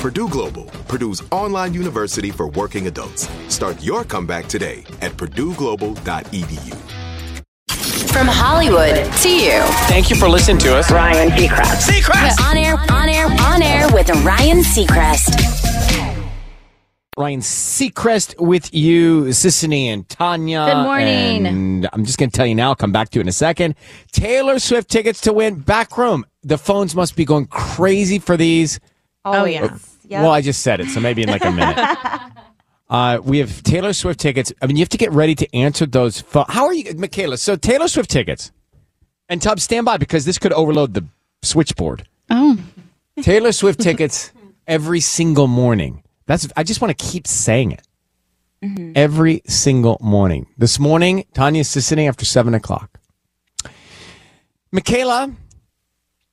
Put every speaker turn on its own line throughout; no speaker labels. Purdue Global, Purdue's online university for working adults. Start your comeback today at purdueglobal.edu.
From Hollywood to you.
Thank you for listening to us.
Ryan Seacrest.
Seacrest! On air, on air, on air with Ryan Seacrest.
Ryan Seacrest with you, Sissany and Tanya.
Good morning.
And I'm just going to tell you now, I'll come back to you in a second. Taylor Swift tickets to win back room. The phones must be going crazy for these.
Oh, yeah.
Well, I just said it, so maybe in like a minute. uh, we have Taylor Swift tickets. I mean, you have to get ready to answer those phones. How are you, Michaela? So, Taylor Swift tickets. And Tubbs, stand by because this could overload the switchboard.
Oh.
Taylor Swift tickets every single morning. That's I just want to keep saying it. Every single morning. This morning, Tanya Sissany after seven o'clock. Michaela,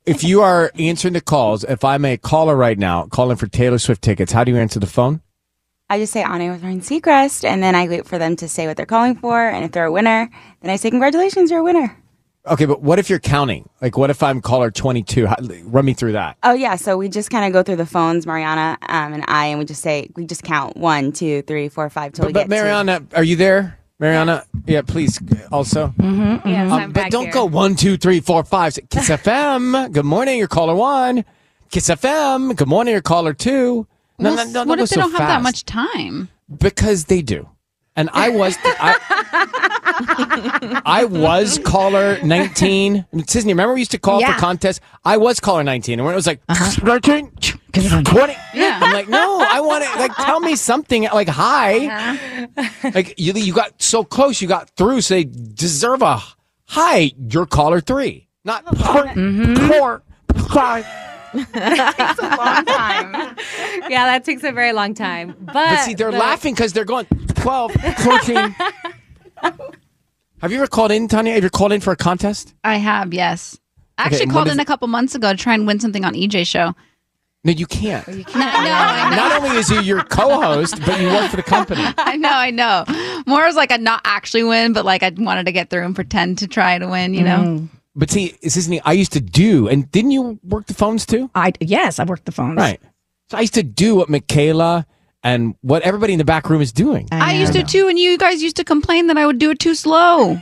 if you are answering the calls, if I'm a caller right now calling for Taylor Swift tickets, how do you answer the phone?
I just say on air with Ryan Seacrest, and then I wait for them to say what they're calling for. And if they're a winner, then I say, Congratulations, you're a winner.
Okay, but what if you're counting? Like, what if I'm caller 22? How, run me through that.
Oh, yeah. So we just kind of go through the phones, Mariana um, and I, and we just say, We just count one, two, three, four, five till
But,
we
but
get
Mariana, are you there? Mariana, yeah, please also.
Yes,
Um,
Mm-hmm. I'm
but
back
don't
here.
go one, two, three, four, five. Six. Kiss FM. Good morning. Your caller one. Kiss FM. Good morning. Your caller two. No, no, no,
what
go
if they
so
don't have that
fast.
much time?
Because they do. And I was, I, I was caller nineteen. Sisney, remember we used to call
Yeah. Uh-huh.
for contests. I was caller nineteen, and when it was like 19, 20,
Yeah.
I'm like, no, I want to like tell me something. Like, hi,
Uh-huh.
like you, you got so close, you got through, so they deserve a hi. You're caller three, not
Mm-hmm.
four, five.
to it. Long time.
Yeah, that takes a very long time. But,
But see, they're
the-
laughing because they're going 12, 14. Have you ever called in, Tanya? Have you called in for a contest?
I have, yes. I actually
and what
called
is-
in a couple months ago to try and win something on EJ show.
No, you can't.
No, no, I know.
Not only is he your co-host, but you work for the company.
I know, I know. More was like I not actually win, but like I wanted to get through and pretend to try to win, you know?
Mm,
Mm. But see, this isn't I used to do, and didn't you work the phones too?
I yes, I worked the phones.
Right. So I used to do what Michaela and what everybody in the back room is doing.
I, used to too, and you guys used to complain that I would do it too slow.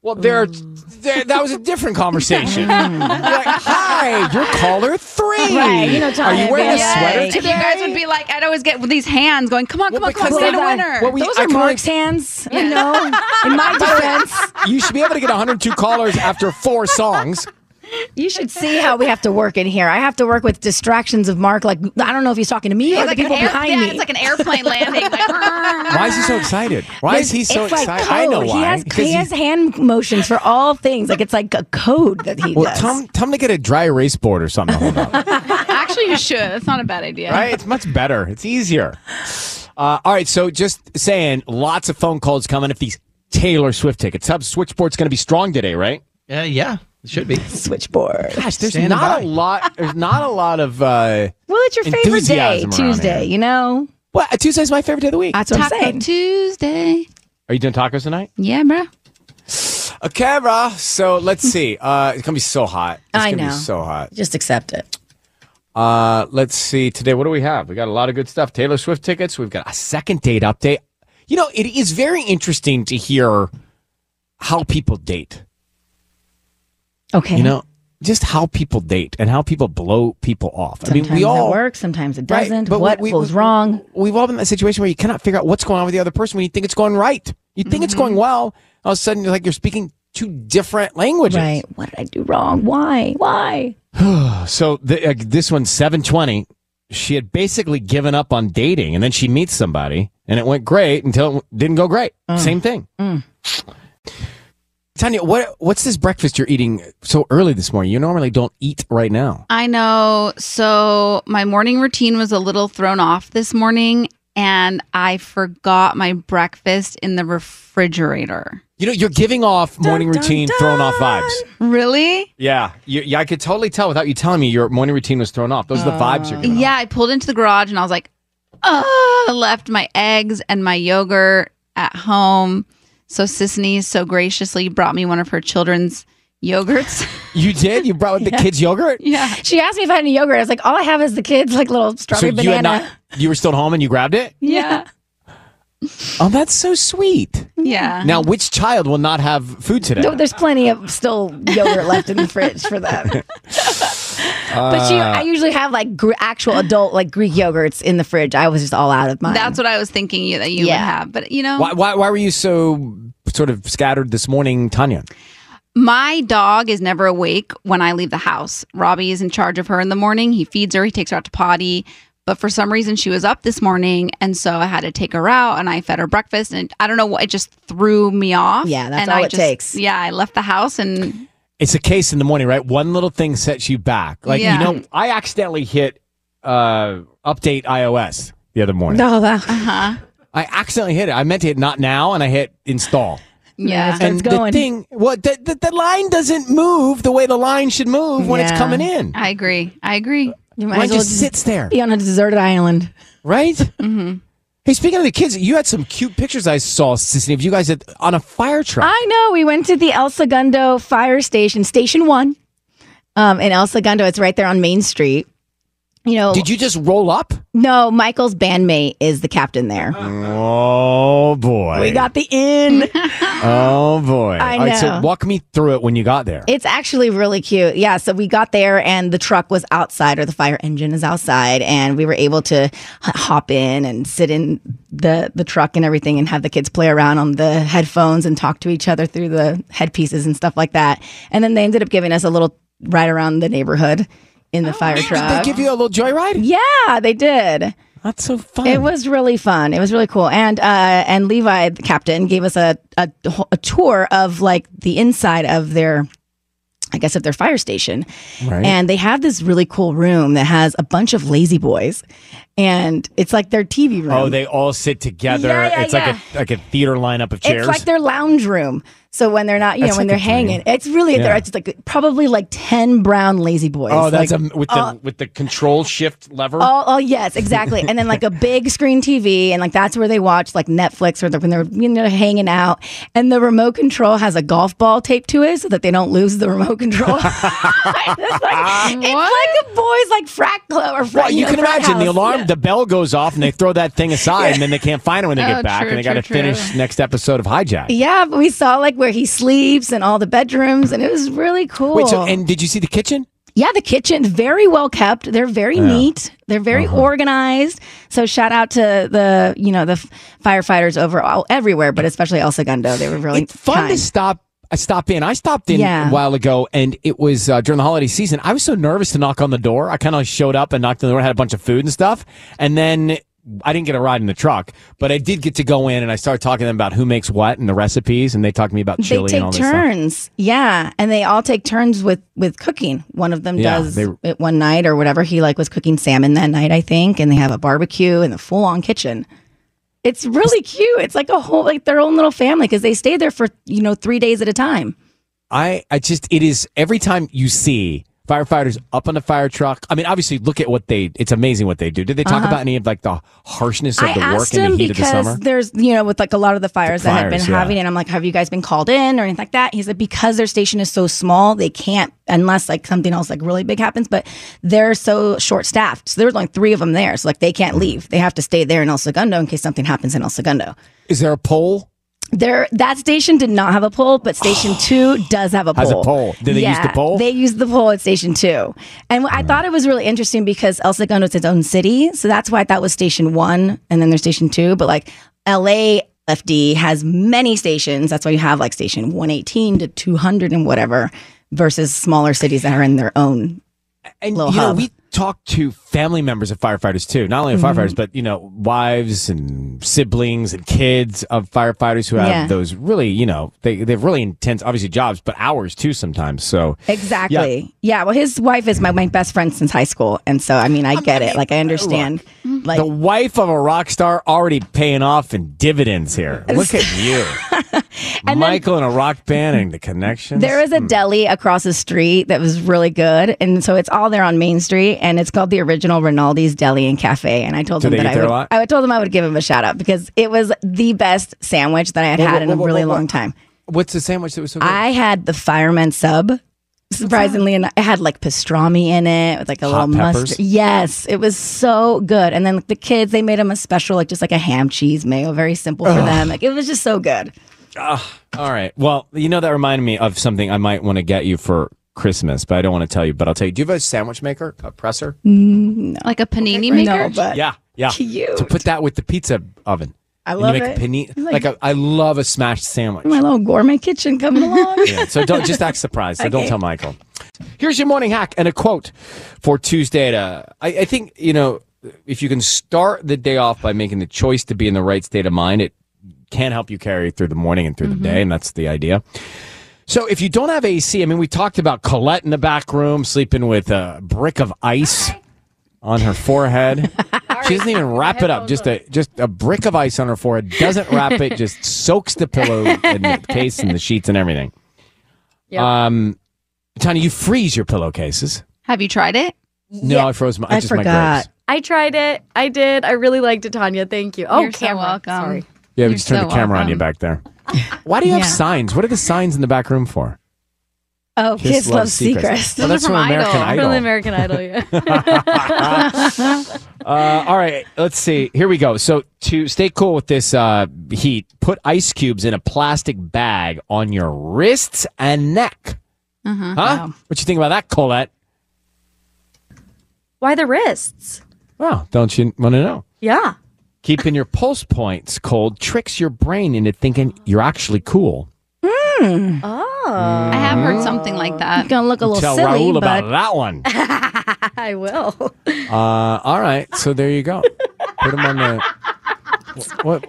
Well, there,
Mm.
there that was a different conversation. like, hi, you're caller three.
Right, you know,
Are
Tanya,
you wearing a
yes.
sweater
Like,
and you guys would be like, I'd always get with these hands going, come on,
Well,
come on, come on,
because
say the
Well, that-
winner.
what we-
Those
I
are
can only-
Mark's hands, you know. In my defense,
you should be able to get 102 callers after four songs.
You should see how we have to work in here. I have to work with distractions of Mark. Like I don't know if he's talking to me
It's
or the
like, an
people
air-
behind
yeah,
me.
it's like an airplane landing. Like,
Why is he so excited? Why is he
It's
so
like
excited? I know
code.
why.
He has,
Because
he has hand motions for all things. Like it's like a code that he
well,
does.
tell him, tell him to get a dry erase board or something. to hold up.
Actually, you should. That's not a bad idea.
Right? It's much better. It's easier. Uh, all right. So just saying, lots of phone calls coming if these Taylor Swift tickets. Sub Switchboard's going to be strong today, right?
Uh, yeah, it should be.
Switchboard.
Gosh, there's not a lot. There's not a lot of. Uh,
Well, it's your favorite day,
enthusiasm around
Tuesday.
here.
You know.
Well, Tuesday's my favorite day of the week.
That's what
Taco
I'm saying.
Tuesday.
Are you doing tacos tonight?
Yeah, bro.
Okay, bro. So let's see. Uh, it's gonna be so hot. It's
I
gonna
know.
Be so hot.
Just accept it.
Uh, let's see. Today, what do we have? We got a lot of good stuff. Taylor Swift tickets. We've got a second date update. You know, it is very interesting to hear how people date.
Okay.
You know, just how people date and how people blow people off.
Sometimes
I mean, we all
it works. Sometimes it
Right,
doesn't.
but we-
what
we-
goes
we-
wrong?
We've all been in that situation where you cannot figure out what's going on with the other person when you think it's going right. You
Mm.
think
Mm-hmm.
it's going well. All of a sudden, you're like you're speaking two different languages.
Right. What did I do wrong? Why? Why?
So the, uh, this one, 720, she had basically given up on dating and then she meets somebody and it went great until it w- didn't go great. Same thing. Tanya, what what's this breakfast you're eating so early this morning? You normally don't eat right now.
I know. So my morning routine was a little thrown off this morning, and I forgot my breakfast in the refrigerator.
You know, you're giving off morning routine thrown off vibes.
Really?
Yeah. You, yeah, I could totally tell without you telling me your morning routine was thrown off. Those are the vibes you're giving. off.
Yeah, I pulled into the garage and I was like, "Ugh!" left my eggs and my yogurt at home. So Sisney so graciously brought me one of her children's yogurts.
You did? You brought the kids yogurt?
yeah.
She asked me if I had any yogurt. I was like, all I have is the kids, like little strawberry
you
banana.
had not you were still home and you grabbed it?
Yeah.
Oh, that's so sweet.
Yeah.
Now, which child will not have food today?
Uh-huh. No, there's plenty of still yogurt left in the fridge for that. But
Uh,
she, I usually have like gr- actual adult like Greek yogurts in the fridge. I was just all out of mine.
That's what I was thinking you that you
Yeah.
would have. But you know,
Why, why, why were you so sort of scattered this morning, Tanya?
My dog is never awake when I leave the house. Robbie is in charge of her in the morning. He feeds her, he takes her out to potty. But for some reason, she was up this morning. And so I had to take her out and I fed her breakfast. And I don't know what, it just threw me off.
Yeah, that's
and
all
I
it
just-
takes.
Yeah, I left the house and
It's a case in the morning, right? One little thing sets you back. Like,
Yeah.
you know, I accidentally hit uh, update iOS the other morning.
no, that,
Uh-huh.
I accidentally hit it. I meant to hit not now, and I hit install.
yeah.
Starts
and
going.
the thing, well, the, the, the line doesn't move the way the line should move when it's
Yeah.
coming in.
I agree. I agree.
you might
Mine
as well
just
just
sits there,
be on a deserted island.
right? Mm-hmm. Hey, speaking of the kids, you had some cute pictures I saw, Sissy, of you guys at, on a fire truck.
I know. We went to the El Segundo fire station, Station One, um, in El Segundo. It's right there on Main Street. You know,
Did you just roll up?
no, Michael's bandmate is the captain there.
Oh boy.
We got the inn.
Oh boy.
I
All right, so
know.
walk me through it when you got there.
It's actually really cute. Yeah. So we got there and the truck was outside or the fire engine is outside and we were able to h- hop in and sit in the, the truck and everything and have the kids play around on the headphones and talk to each other through the headpieces and stuff like that. And then they ended up giving us a little ride around the neighborhood in the fire
Did Oh, they
truck.
give you a little joyride?
yeah, they did.
That's so fun.
It was really fun. It was really cool. And uh, and Levi, the captain, gave us a, a a tour of like the inside of their, I guess, of their fire station.
Right.
And they have this really cool room that has a bunch of lazy boys, and it's like their TV room.
Oh, they all sit together.
Yeah, yeah,
it's like a like a theater lineup of chairs.
It's like their lounge room. So when they're not, you
That's
know, when
like
they're
a dream.
hanging, it's really
Yeah.
they're it's like probably like ten brown lazy boys.
oh, that's
like, uh,
a, with the with the control shift lever.
Oh, oh yes, exactly. And then like a big screen TV, and like that's where they watch like Netflix or the, when they're you know hanging out. And the remote control has a golf ball taped to it so that they don't lose the remote control. it's, like, it's like a boys like frat club or frat.
Well, you
know,
can
frat
imagine the
house.
alarm, the bell goes off, and they throw that thing aside, and then they can't find it when they
Oh,
get back,
true,
and they got to
true, true.
finish next episode of Hijack.
Yeah, but we saw like where he sleeps and all the bedrooms, and it was really cool.
Wait, so and did you see the kitchen?
Yeah, the kitchen very well kept. They're very neat. They're very
Uh-huh.
organized. So shout out to the you know the f- firefighters overall everywhere, but especially El Segundo. They were really
it's fun
kind.
to stop. I stopped in. I stopped in
Yeah.
a while ago, and it was uh, during the holiday season. I was so nervous to knock on the door. I kind of showed up and knocked on the door, had a bunch of food and stuff, and then I didn't get a ride in the truck, but I did get to go in, and I started talking to them about who makes what and the recipes, and they talked to me about chili
they take
and all this stuff.
turns yeah and they all take turns with with cooking one of them
Yeah,
does
they-
it one night or whatever he like was cooking salmon that night i think and they have a barbecue in the full-on kitchen it's really cute it's like a whole like their own little family because they stay there for you know three days at a time
I, I just, it is every time you see firefighters up on the fire truck. I mean, obviously, look at what they, it's amazing what they do. Did they talk
Uh-huh.
about any of like the harshness of
I
the work
asked
in the
him
heat of the
because
summer?
there's you know with like a lot of the fires, that had been
fires, yeah.
having, and I'm like, have you guys been called in or anything like that? He said because their station is so small, they can't unless like something else like really big happens. But they're so short staffed, so there's only three of them there, so like they
Hmm.
can't leave. They have to stay there in El Segundo in case something happens in El Segundo.
Is there a pole?
There, that station did not have a pole, but station two does have a pole.
Has a pole. Did they use the pole? Mm.
They used the pole at station two, and I thought it was really interesting because El Segundo is its own city, so that's why I thought it was station one, and then there's station two. But like LA FD has many stations, that's why you have like station one eighteen to two hundred and whatever, versus smaller cities that are in their own
and
little
you know,
hub.
we talk to family members of firefighters too, not only of
Mhm.
firefighters, but you know, wives and siblings and kids of firefighters who have
Yeah.
those really, you know, they they have really intense, obviously jobs, but hours too sometimes. So
Exactly. Yeah. Well, his wife is my, my best friend since high school. And so, I mean, I get it. Like, I understand. Like,
the wife of a rock star already paying off in dividends here. Look at you, Michael and a rock band and the connections.
There was a deli across the street that was really good, and so it's all there on Main Street, and it's called the original Rinaldi's Deli and Cafe. And I told
Do
them
they eat
that I
there a
would,
lot?
I would- told them I would give him a shout out because it was the best sandwich that I had
Whoa,
had
whoa,
in a
whoa, whoa,
really
whoa.
long time.
What's the sandwich that was so good?
I had the fireman sub. Surprisingly enough, it had like pastrami in it with like a
Hot
little
peppers?
mustard. Yes, it was so good. And then like, the kids, they made them a special, like just like a ham cheese mayo, very simple for
Ugh.
them. Like it was just so good.
Ah, all right. Well, you know that reminded me of something I might want to get you for Christmas, but I don't want to tell you. But I'll tell you. Do you have a sandwich maker, a presser?
Like a panini
Okay,
maker?
no, but-
yeah, yeah.
Cute.
To put that with the pizza oven.
I
And
love
you make
it.
A panini, like,
Like-
a, I love a smashed sandwich.
My little gourmet kitchen coming along.
yeah, so don't just act surprised. So don't
Okay.
tell Michael. Here's your morning hack and a quote for Tuesday. To, I, I think you know if you can start the day off by making the choice to be in the right state of mind, it can help you carry through the morning and through the day, and that's the idea. So if you don't have AC, I mean, we talked about Colette in the back room sleeping with a brick of ice on her forehead. she doesn't even wrap it up. Just a just a brick of ice on her forehead. Doesn't wrap it. Just soaks the pillow and the case and the sheets and everything. Um, Tanya, you freeze your pillowcases.
Have you tried it?
No, I froze my. I,
I
just My
forgot.
grapes.
I tried it. I did. I really liked it, Tanya. Thank you. Oh,
You're so
camera.
welcome.
Sorry.
Yeah, we
You're
just turned
so
the camera on you back there. Why do you have
Yeah.
signs? What are the signs in the back room for?
Oh,
Kiss Kiss Love Love Secrets. Secrets. Well, Those that's are from from American Idol. Idol.
From the American Idol, yeah.
Uh, all right, let's see. Here we go. So to stay cool with this uh, heat, put ice cubes in a plastic bag on your wrists and neck.
Mm-hmm.
Uh-huh.
Huh? What you think about that, Colette?
Why the wrists?
Wow, don't you want to know?
Yeah.
Keeping your pulse points cold tricks your brain into thinking you're actually cool.
Oh.
I have heard something like that.
Hmm. You're gonna look a little
Tell
silly,
Raul
but
about that one.
I will.
Uh, all right, so there you go. Put them on the. What?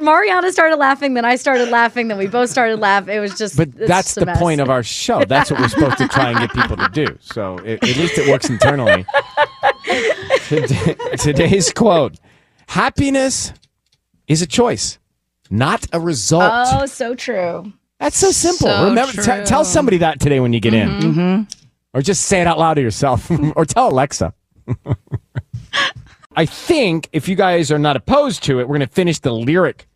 Mariana started laughing, then I started laughing, then we both started laughing. It was just.
But
it's
that's
just a
the
mess.
point of our show. That's what we're supposed to try and get people to do. So it, at least it works internally. Today- today's quote: "Happiness is a choice, not a result."
oh, so true.
That's so simple. Remember, t- tell somebody that today when you get in, or just say it out loud to yourself, or tell Alexa. I think if you guys are not opposed to it, we're going to finish the lyric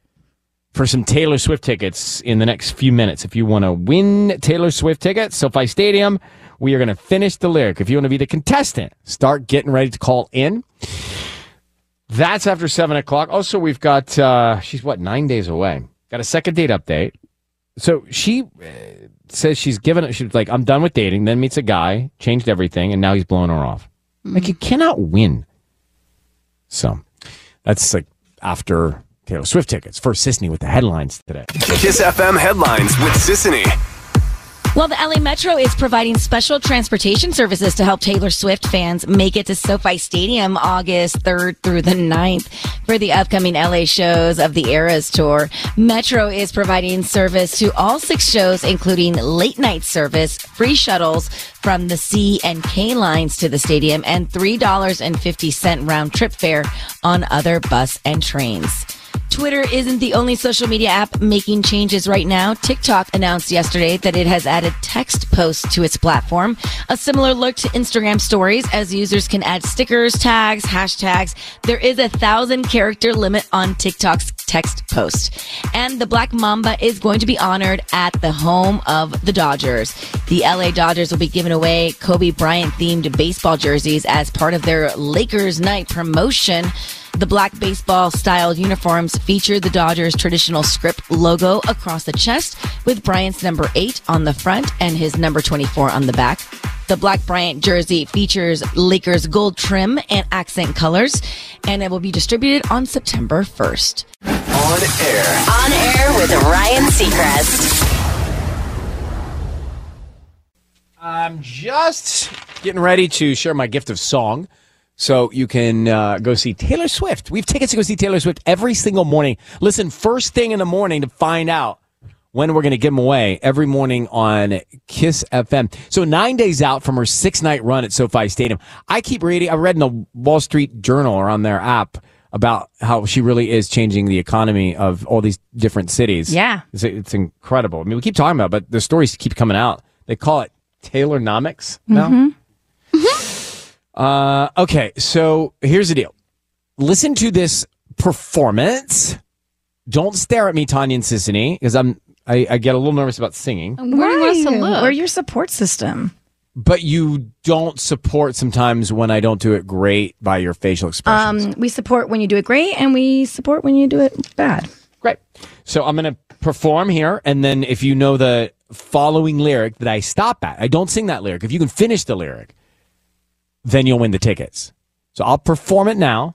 for some Taylor Swift tickets in the next few minutes. If you want to win Taylor Swift tickets, SoFi Stadium, we are going to finish the lyric. If you want to be the contestant, start getting ready to call in. That's after seven o'clock. Also, we've got uh, she's what nine days away. Got a second date update. So she uh, says she's given it. She's like, I'm done with dating. Then meets a guy, changed everything, and now he's blowing her off. Like you cannot win. So that's like after Taylor Swift tickets. First, Sisney with the headlines today.
Kiss FM headlines with Sissany.
Well, the LA Metro is providing special transportation services to help Taylor Swift fans make it to SoFi Stadium August 3rd through the 9th for the upcoming LA shows of the Eras Tour. Metro is providing service to all six shows, including late night service, free shuttles from the C and K lines to the stadium, and $3.50 round trip fare on other bus and trains. Twitter isn't the only social media app making changes right now. TikTok announced yesterday that it has added text posts to its platform, a similar look to Instagram stories as users can add stickers, tags, hashtags. There is a thousand character limit on TikTok's text post. And the Black Mamba is going to be honored at the home of the Dodgers. The LA Dodgers will be giving away Kobe Bryant themed baseball jerseys as part of their Lakers night promotion. The black baseball style uniforms feature the Dodgers' traditional script logo across the chest with Bryant's number 8 on the front and his number 24 on the back. The black Bryant jersey features Lakers gold trim and accent colors, and it will be distributed on September 1st.
On air.
On air with Ryan Seacrest.
I'm just getting ready to share my gift of song. So you can uh, go see Taylor Swift. We have tickets to go see Taylor Swift every single morning. Listen, first thing in the morning to find out when we're going to give them away every morning on Kiss FM. So nine days out from her six night run at SoFi Stadium. I keep reading, I read in the Wall Street Journal or on their app about how she really is changing the economy of all these different cities.
Yeah.
It's, it's incredible. I mean, we keep talking about it, but the stories keep coming out. They call it Taylornomics
Mm-hmm.
now.
Mhm.
Uh, okay, so here's the deal. Listen to this performance. Don't stare at me, Tanya and Sissany, because I'm I, I get a little nervous about singing.
Oh.
Where do you want us to
Why?
look?
We're your support system.
But you don't support sometimes when I don't do it great by your facial expression.
Um, we support when you do it great, and we support when you do it bad.
Great. So I'm gonna perform here, and then if you know the following lyric that I stop at, I don't sing that lyric. If you can finish the lyric, then you'll win the tickets. So I'll perform it now.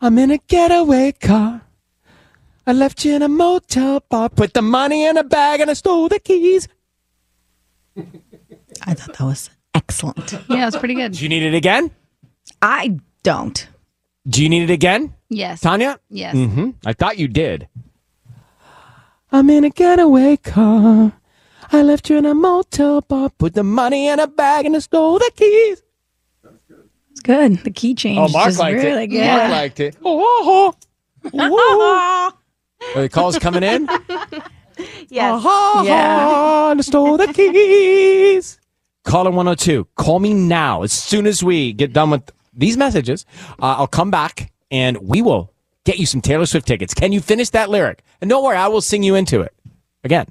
I'm in a getaway car. I left you in a motel bar. Put the money in a bag and I stole the keys.
I thought that was excellent.
Yeah, it's pretty good.
Do you need it again?
I don't.
Do you need it again?
Yes.
Tanya?
Yes.
hmm I thought you did.
I'm in a getaway car. I left you in a motel bar. Put the money in a bag and I stole the keys.
It's good. The key change.
oh, Mark liked it. Mark liked it. Oh, oh, oh. Are the calls coming in?
Yes.
Yeah. And I stole the keys.
Caller 102, call me now. As soon as we get done with these messages, uh, I'll come back and we will get you some Taylor Swift tickets. Can you finish that lyric? And don't worry, I will sing you into it again.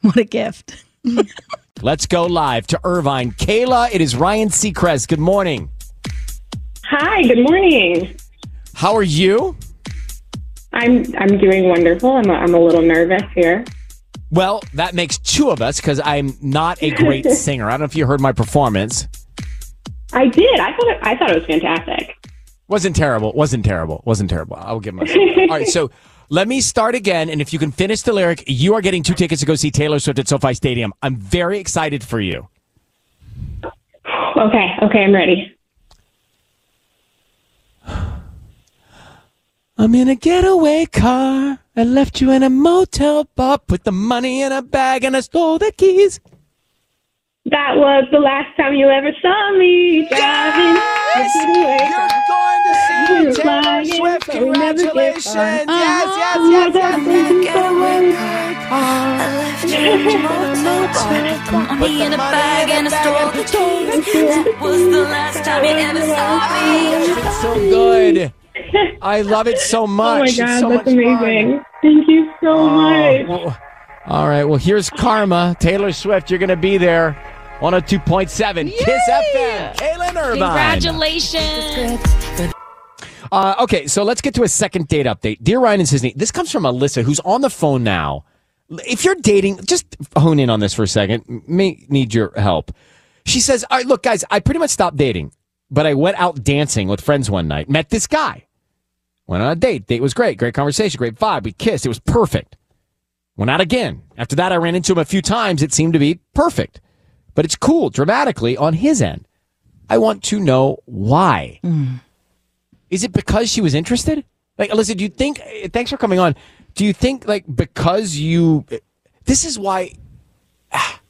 What a gift.
Let's go live to Irvine. Kayla, it is Ryan Seacrest. Good morning.
Hi, good morning.
How are you?
I'm I'm doing wonderful. I'm a, I'm a little nervous here.
Well, that makes two of us because I'm not a great singer. I don't know if you heard my performance.
I did. I thought it, I thought it was fantastic.
Wasn't terrible. Wasn't terrible. Wasn't terrible. I'll give myself. All right, so let me start again. And if you can finish the lyric, you are getting two tickets to go see Taylor Swift at SoFi Stadium. I'm very excited for you.
Okay, okay, I'm ready.
I'm in a getaway car. I left you in a motel bar. Put the money in a bag and I stole the keys.
That was the last time you ever saw me driving. You're going to see Taylor Swift. Congratulations. Yes,
Uh-huh. Oh,
yes, yes, yes.
Money in a bag and a stole the keys. That was the last time you ever saw me.
It's so good. I love it so much.
Oh my
It's
god,
so
that's
much fun.
amazing. Thank you so much.
Oh, well, all right. Well, here's Karma. Taylor Swift, you're going to be there. 102.7 Kiss FM. Kaylin Irvine.
Congratulations.
Uh, okay, so let's get to a second date update. Dear Ryan and Sisney, this comes from Alyssa, who's on the phone now. If you're dating, just hone in on this for a second. May need your help. She says, All right, look, guys, I pretty much stopped dating, but I went out dancing with friends one night, met this guy. Went on a date. Date was great. Great conversation. Great vibe. We kissed. It was perfect. Went out again. After that, I ran into him a few times. It seemed to be perfect. But it's cool dramatically on his end. I want to know why. Is it because she was interested? Like, Alyssa, do you think, eh, thanks for coming on. Do you think, like, because you, eh, this is why, ah,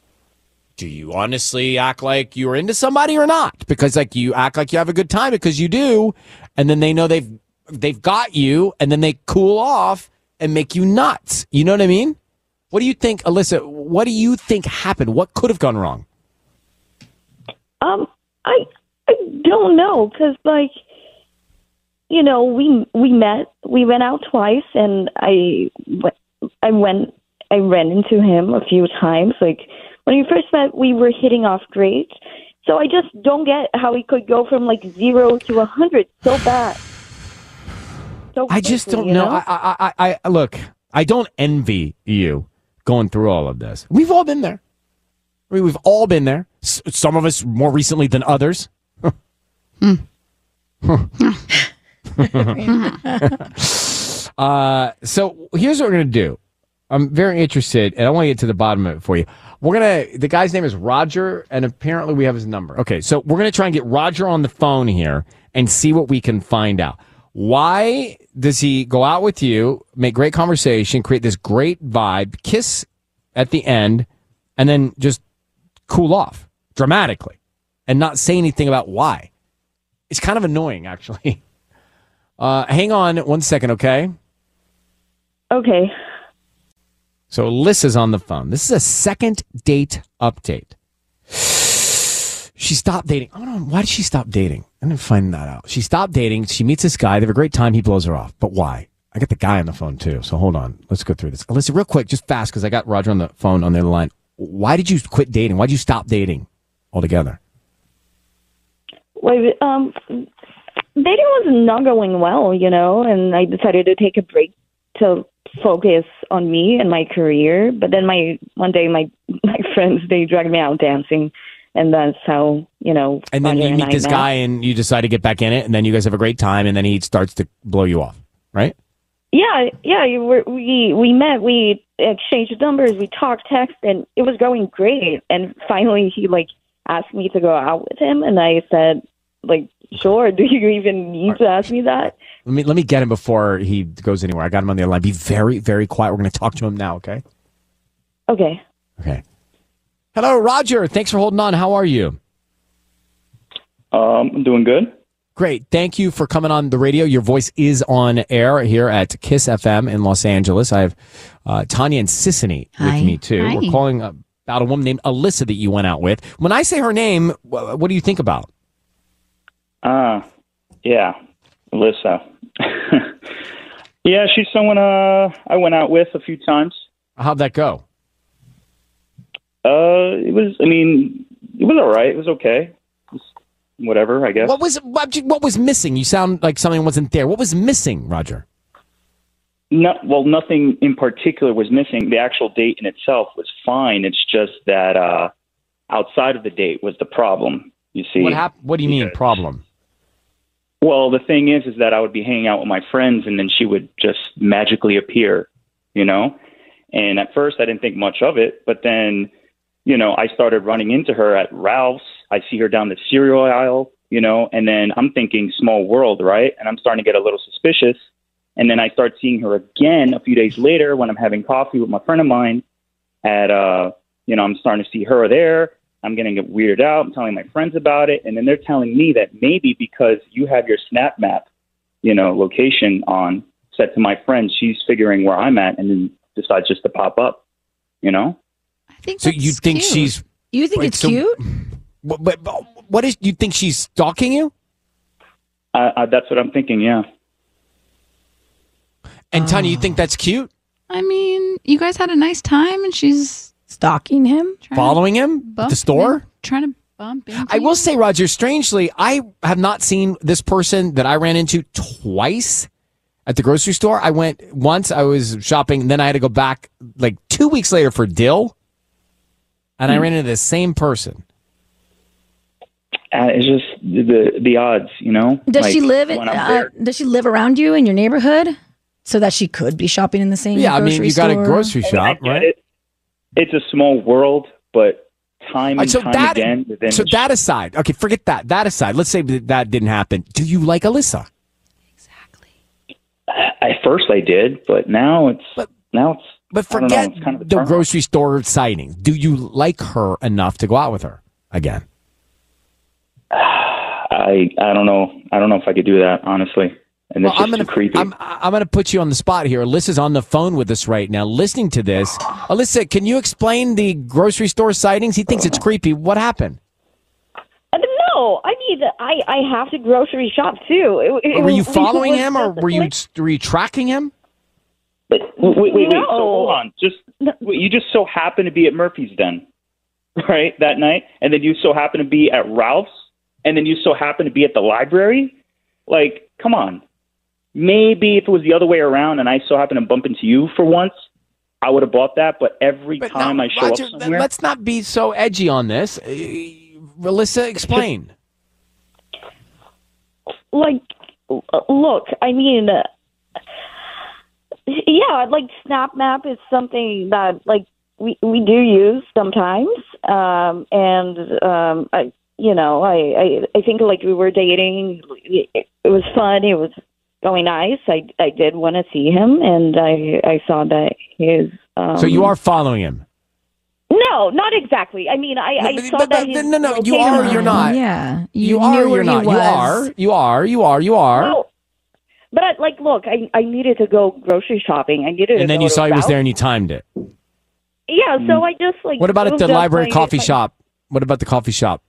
do you honestly act like you're into somebody or not? Because, like, you act like you have a good time because you do. And then they know they've, they've got you and then they cool off and make you nuts. You know what I mean? What do you think, Alyssa? What do you think happened? What could have gone wrong?
Um, I I don't know because like you know we we met we went out twice and I we- I went I ran into him a few times like when we first met we were hitting off great so I just don't get how he could go from like zero to a hundred so bad. So
I just
quickly,
don't
you
know. I, I, I, I look. I don't envy you going through all of this. We've all been there. I mean, we've all been there. S- some of us more recently than others. uh, so here's what we're gonna do. I'm very interested, and I want to get to the bottom of it for you. We're gonna. The guy's name is Roger, and apparently we have his number. Okay, so we're gonna try and get Roger on the phone here and see what we can find out. Why does he go out with you, make great conversation, create this great vibe, kiss at the end, and then just cool off dramatically and not say anything about why? It's kind of annoying, actually. Uh, hang on one second, okay?
Okay.
So Alyssa's on the phone. This is a second date update. She stopped dating. I don't know. Why did she stop dating? I didn't find that out. She stopped dating. She meets this guy. They have a great time. He blows her off. But why? I got the guy on the phone too. So hold on. Let's go through this. Alyssa, real quick, just fast, because I got Roger on the phone on the other line. Why did you quit dating? Why did you stop dating altogether?
Wait, um, dating was not going well, you know, and I decided to take a break to focus on me and my career. But then my one day my my friends they dragged me out dancing, and that's how you know.
And then
Roger
you meet
I
this
met.
guy and you decide to get back in it, and then you guys have a great time, and then he starts to blow you off, right?
Yeah, yeah, you were, we we met, we exchanged numbers, we talked, text, and it was going great. And finally, he like asked me to go out with him, and I said, like, sure. Do you even need to ask me that?
Let me let me get him before he goes anywhere. I got him on the other line. Be very, very quiet. We're gonna talk to him now, okay?
Okay.
Okay. Hello, Roger. Thanks for holding on. How are you?
Um, I'm doing good.
Great. Thank you for coming on the radio. Your voice is on air here at Kiss FM in Los Angeles. I have uh, Tanya and Sissany
Hi.
with me too.
Hi.
We're calling about a woman named Alyssa that you went out with. When I say her name, wh- what do you think about?
Ah, yeah, Alyssa. yeah, she's someone uh, I went out with a few times.
How'd that go?
Uh, it was. I mean, it was all right. It was okay. Just whatever, I guess.
What was what what was missing? You sound like something wasn't there. What was missing, Roger?
No, well, nothing in particular was missing. The actual date in itself was fine. It's just that uh, outside of the date was the problem. You see,
What hap- What do you mean problem?
Well, the thing is, is that I would be hanging out with my friends, and then she would just magically appear, you know. And at first, I didn't think much of it, but then, you know, I started running into her at Ralph's. I see her down the cereal aisle, you know, and then I'm thinking small world, right? And I'm starting to get a little suspicious. And then I start seeing her again a few days later when I'm having coffee with my friend of mine at uh you know i'm starting to see her there i'm getting it weirded out i'm telling my friends about it and then they're telling me that maybe because you have your snap map you know location on set to my friend she's figuring where i'm at and then decides just to pop up you know
I think so. You think
cute.
she's?
You think
Wait,
it's
so-
cute?
But, but, but what is? You think she's stalking you?
uh, uh, that's what i'm thinking yeah
And Tanya, you
Ah.
think that's cute?
I mean, you guys had a nice time, and she's stalking him,
Following him at the store?
trying to bump into.
I will say, Roger, strangely, I have not seen this person that I ran into twice at the grocery store. I went once, I was shopping, and then I had to go back like two weeks later for dill, and I
Hmm.
ran into the same person.
uh, it's just the the odds, you know.
Does she
Like,
live? In,
when I'm
uh,
there-
does she live around you in your neighborhood, so that she could be shopping in the same?
Yeah, I mean,
grocery
you got a
store?
grocery
shop,
right? it's a small world, but time
Uh,
and
so
time
that
again. within-
so that aside, okay, forget that. That aside, let's say that, that didn't happen. Do you like Alyssa?
at first I did, but now it's now it's.
But
I don't know,
forget
it's kind of a
the
turn-off.
grocery store sighting. Do you like her enough to go out with her again?
I I don't know. I don't know if I could do that honestly. And it's
Well,
just
I'm gonna-
too creepy.
I'm, I'm going to put you on the spot here. Alyssa's on the phone with us right now, listening to this. Alyssa, can you explain the grocery store sightings? He thinks it's creepy. What happened?
Uh, No, I mean, I, I have to grocery shop too. It- it-
were you
it was-
following
was
him, or
just
were you
like-
were you tracking him?
Wait, wait, wait.
No.
So hold on. Just wait, you just so happen to be at Murphy's Den, right? That night, and then you so happen to be at Ralph's, and then you so happen to be at the library. Like, come on. Maybe if it was the other way around, and I so happen to bump into you for once, I would have bought that. But every time I show
Roger,
up
th-
somewhere,
let's not be so edgy on this. Uh, Alyssa, explain.
like uh, look i mean uh, yeah like snap map is something that like we we do use sometimes um and um i you know i i, I think like we were dating it, it was fun it was going nice i i did want to see him and i i saw that his um,
so you are following him.
no not exactly i mean i i saw that his
no, no, you are. or You're not.
Yeah,
You, are. or You're not. You are. You are. You are. You are.
No. But I, like, look, I I needed to go grocery shopping. I needed. to
and then
go
you
to
saw he was
Ralph's.
there and you timed it.
Yeah, so I just like.
what about at
moved
the
up
library
my-
coffee
my-
shop? What about the coffee shop?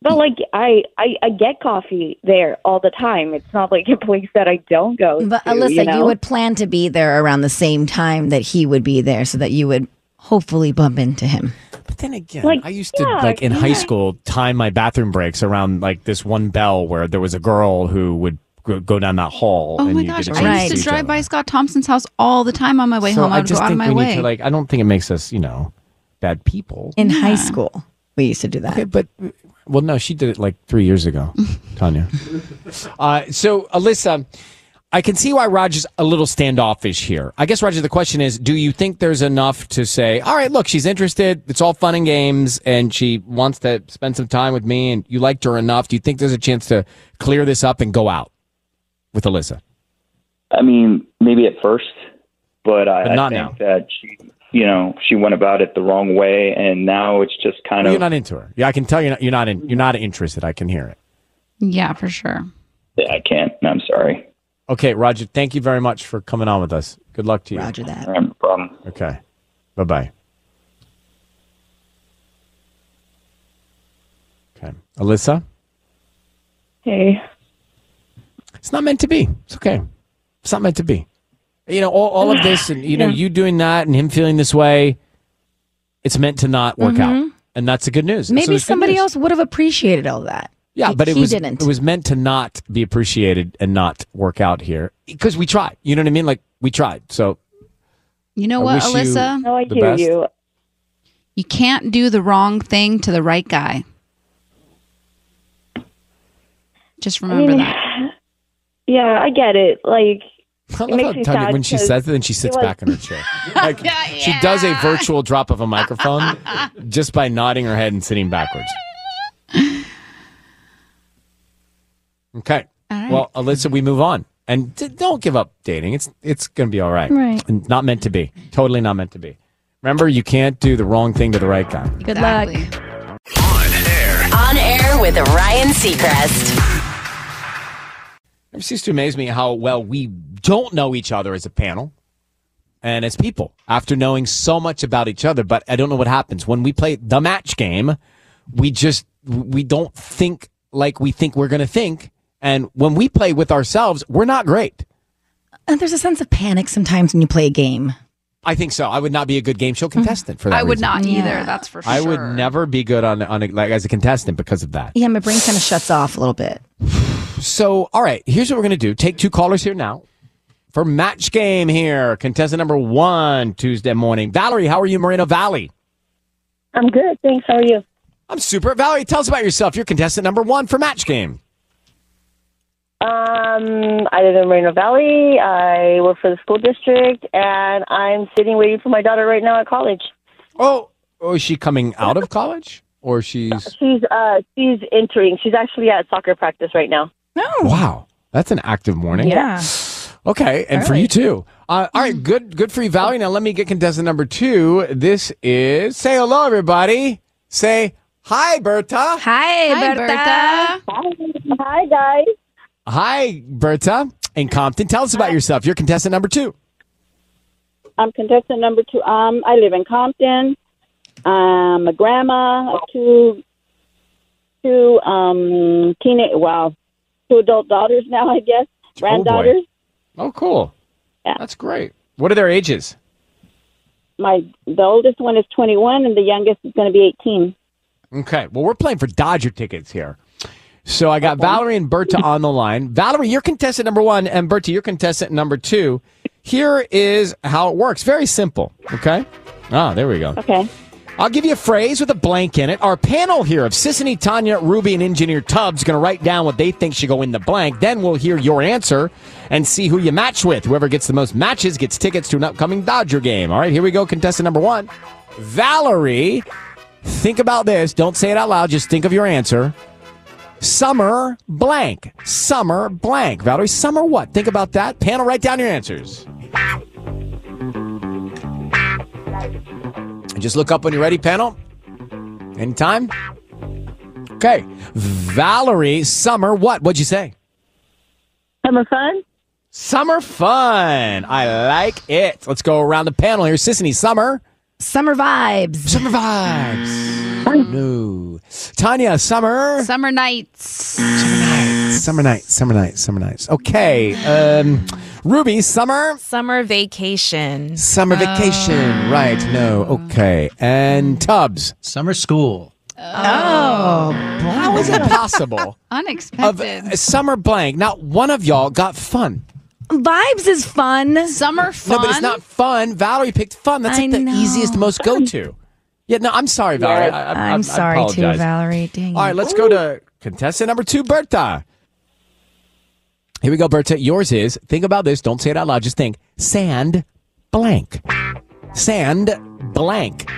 But like, I, I I get coffee there all the time. It's not like a place that I don't go.
But
to,
Alyssa,
you,
Uh, you,
know?
would plan to be there around the same time that he would be there, so that you would hopefully bump into him.
But then again,
Like,
I used to
yeah,
like in high
yeah.
school time my bathroom breaks around like this one bell where there was a girl who would go- go down that hall.
Oh
and
my
you
gosh,
didn't really
I used
see
to
each
drive
other.
by Scott Thompson's house all the time on my way
so
home. I
I
would go
just
out
think
of my
we
way.
need to like. I don't think it makes us, you know, bad people.
In high school, we used to do that.
Okay, but well, no, she did it like three years ago, Tanya. Uh, so, Alyssa, I can see why Roger's a little standoffish here. I guess, Roger, the question is do you think there's enough to say, all right, look, she's interested, it's all fun and games, and she wants to spend some time with me, and you liked her enough? Do you think there's a chance to clear this up and go out with Alyssa?
I mean, maybe at first, but I,
But not
I think that she, you know, she went about it the wrong way, and now it's just kind
Well, you're
of.
not into her. Yeah, I can tell you're not, you're not, in, you're not interested. I can hear it.
yeah, for sure.
I can't. I'm sorry.
Okay, Roger, thank you very much for coming on with us. Good luck to you.
Roger that.
No problem.
Okay. Bye bye. Okay. Alyssa,
Hey,
it's not meant to be. It's okay. It's not meant to be. You know, all, all of this and, you know,
Yeah.
you doing that and him feeling this way, it's meant to not work out.
Mhm.
And that's the good news. So
Maybe
there's good
somebody
news.
else would have appreciated all that.
Yeah,
He-
but it
he
was
didn't.
it was meant to not be appreciated and not work out here because we tried. You know what I mean? Like we tried. So
You know
I
what,
wish you
Alyssa?
No, I the hear best. you.
You can't do the wrong thing to the right guy. Just remember
mean,
that.
yeah, I get it. Like, it
I
makes
love
me
Tanya
sad
when she
'cause,
says it, then she sits
like-
back in her chair. Like she does a virtual drop of a microphone just by nodding her head and sitting backwards. Okay.
All right.
Well, Alyssa, we move on and d- don't give up dating. It's it's going to be all right.
Right.
And not meant to be. Totally not meant to be. Remember, you can't do the wrong thing to the right guy.
Good luck.
On air with Ryan Seacrest.
It ceases to amaze me how well we don't know each other as a panel and as people after knowing so much about each other. But I don't know what happens when we play the match game. We just we don't think like we think we're going to think, and when we play with ourselves, we're not great.
And Uh, there's a sense of panic sometimes when you play a game.
I think so. I would not be a good game show contestant for that.
I would
reason.
not either.
Yeah.
That's for sure.
I would never be good on on a, like as a contestant because of that.
Yeah, my brain kind of shuts off a little bit.
So, all right, here's what we're going to do. Take two callers here now for match game here. Contestant number one, Tuesday morning. Valerie, how are you, Moreno Valley?
I'm good. Thanks. How are you?
I'm super. Valerie, tell us about yourself. You're contestant number one for Match Game.
Um, I live in Moreno Valley. I work for the school district, and I'm sitting waiting for my daughter right now at college.
Oh, Oh, is she coming out of college, or she's?
she's uh, she's entering. She's actually at soccer practice right now.
Wow, that's an active morning.
Yeah.
Okay, and for you too. Uh, all right, good, good for you, Valerie. Now let me get contestant number two. This is say hello, everybody. Say hi, Berta.
Hi, Berta.
Hi, hi guys.
Hi, Berta and Compton. Tell us about yourself. You're contestant number two.
I'm contestant number two. Um, I live in Compton. I'm a grandma of two two um teenage wow two adult daughters now I guess granddaughters.
Oh, cool. That's great. What are their ages?
My the oldest one is 21 and the youngest is going to be 18.
Okay. Well, we're playing for Dodger tickets here. So I got Valerie and Berta on the line. Valerie, you're contestant number one, and Berta, you're contestant number two. Here is how it works. Very simple. Okay. Ah, there we go.
Okay.
I'll give you a phrase with a blank in it. Our panel here of Sissany, Tanya, Ruby, and Engineer Tubbs going to write down what they think should go in the blank. Then we'll hear your answer and see who you match with. Whoever gets the most matches gets tickets to an upcoming Dodger game. All right, here we go. Contestant number one, Valerie. Think about this. Don't say it out loud. Just think of your answer. Summer blank. Summer blank. Valerie, summer what? Think about that. Panel, write down your answers. And just look up when you're ready, panel. Anytime. Okay. Valerie, summer what? What'd you say?
Summer fun.
Summer fun. I like it. Let's go around the panel here. Sissany, summer.
Summer vibes.
Summer vibes. no. Tanya, summer.
Summer nights.
Summer nights. Summer nights. Summer nights. Okay. Um, Ruby, summer.
Summer vacation.
Summer vacation. Right. No. Okay. And Tubbs. Summer school.
Oh,
how is it possible? of
Unexpected.
a summer blank, not one of y'all got fun.
Vibes is fun.
Summer
No, but it's not fun. Valerie picked fun. That's like the easiest, most go to. Yeah, no, I'm sorry, Valerie. I, I, I- I
am sorry too,
apologize.
Valerie. Dang.
All right, let's go to contestant number two, Berta. Here we go, Berta. Yours is think about this. Don't say it out loud. Just think sand blank. Sand blank.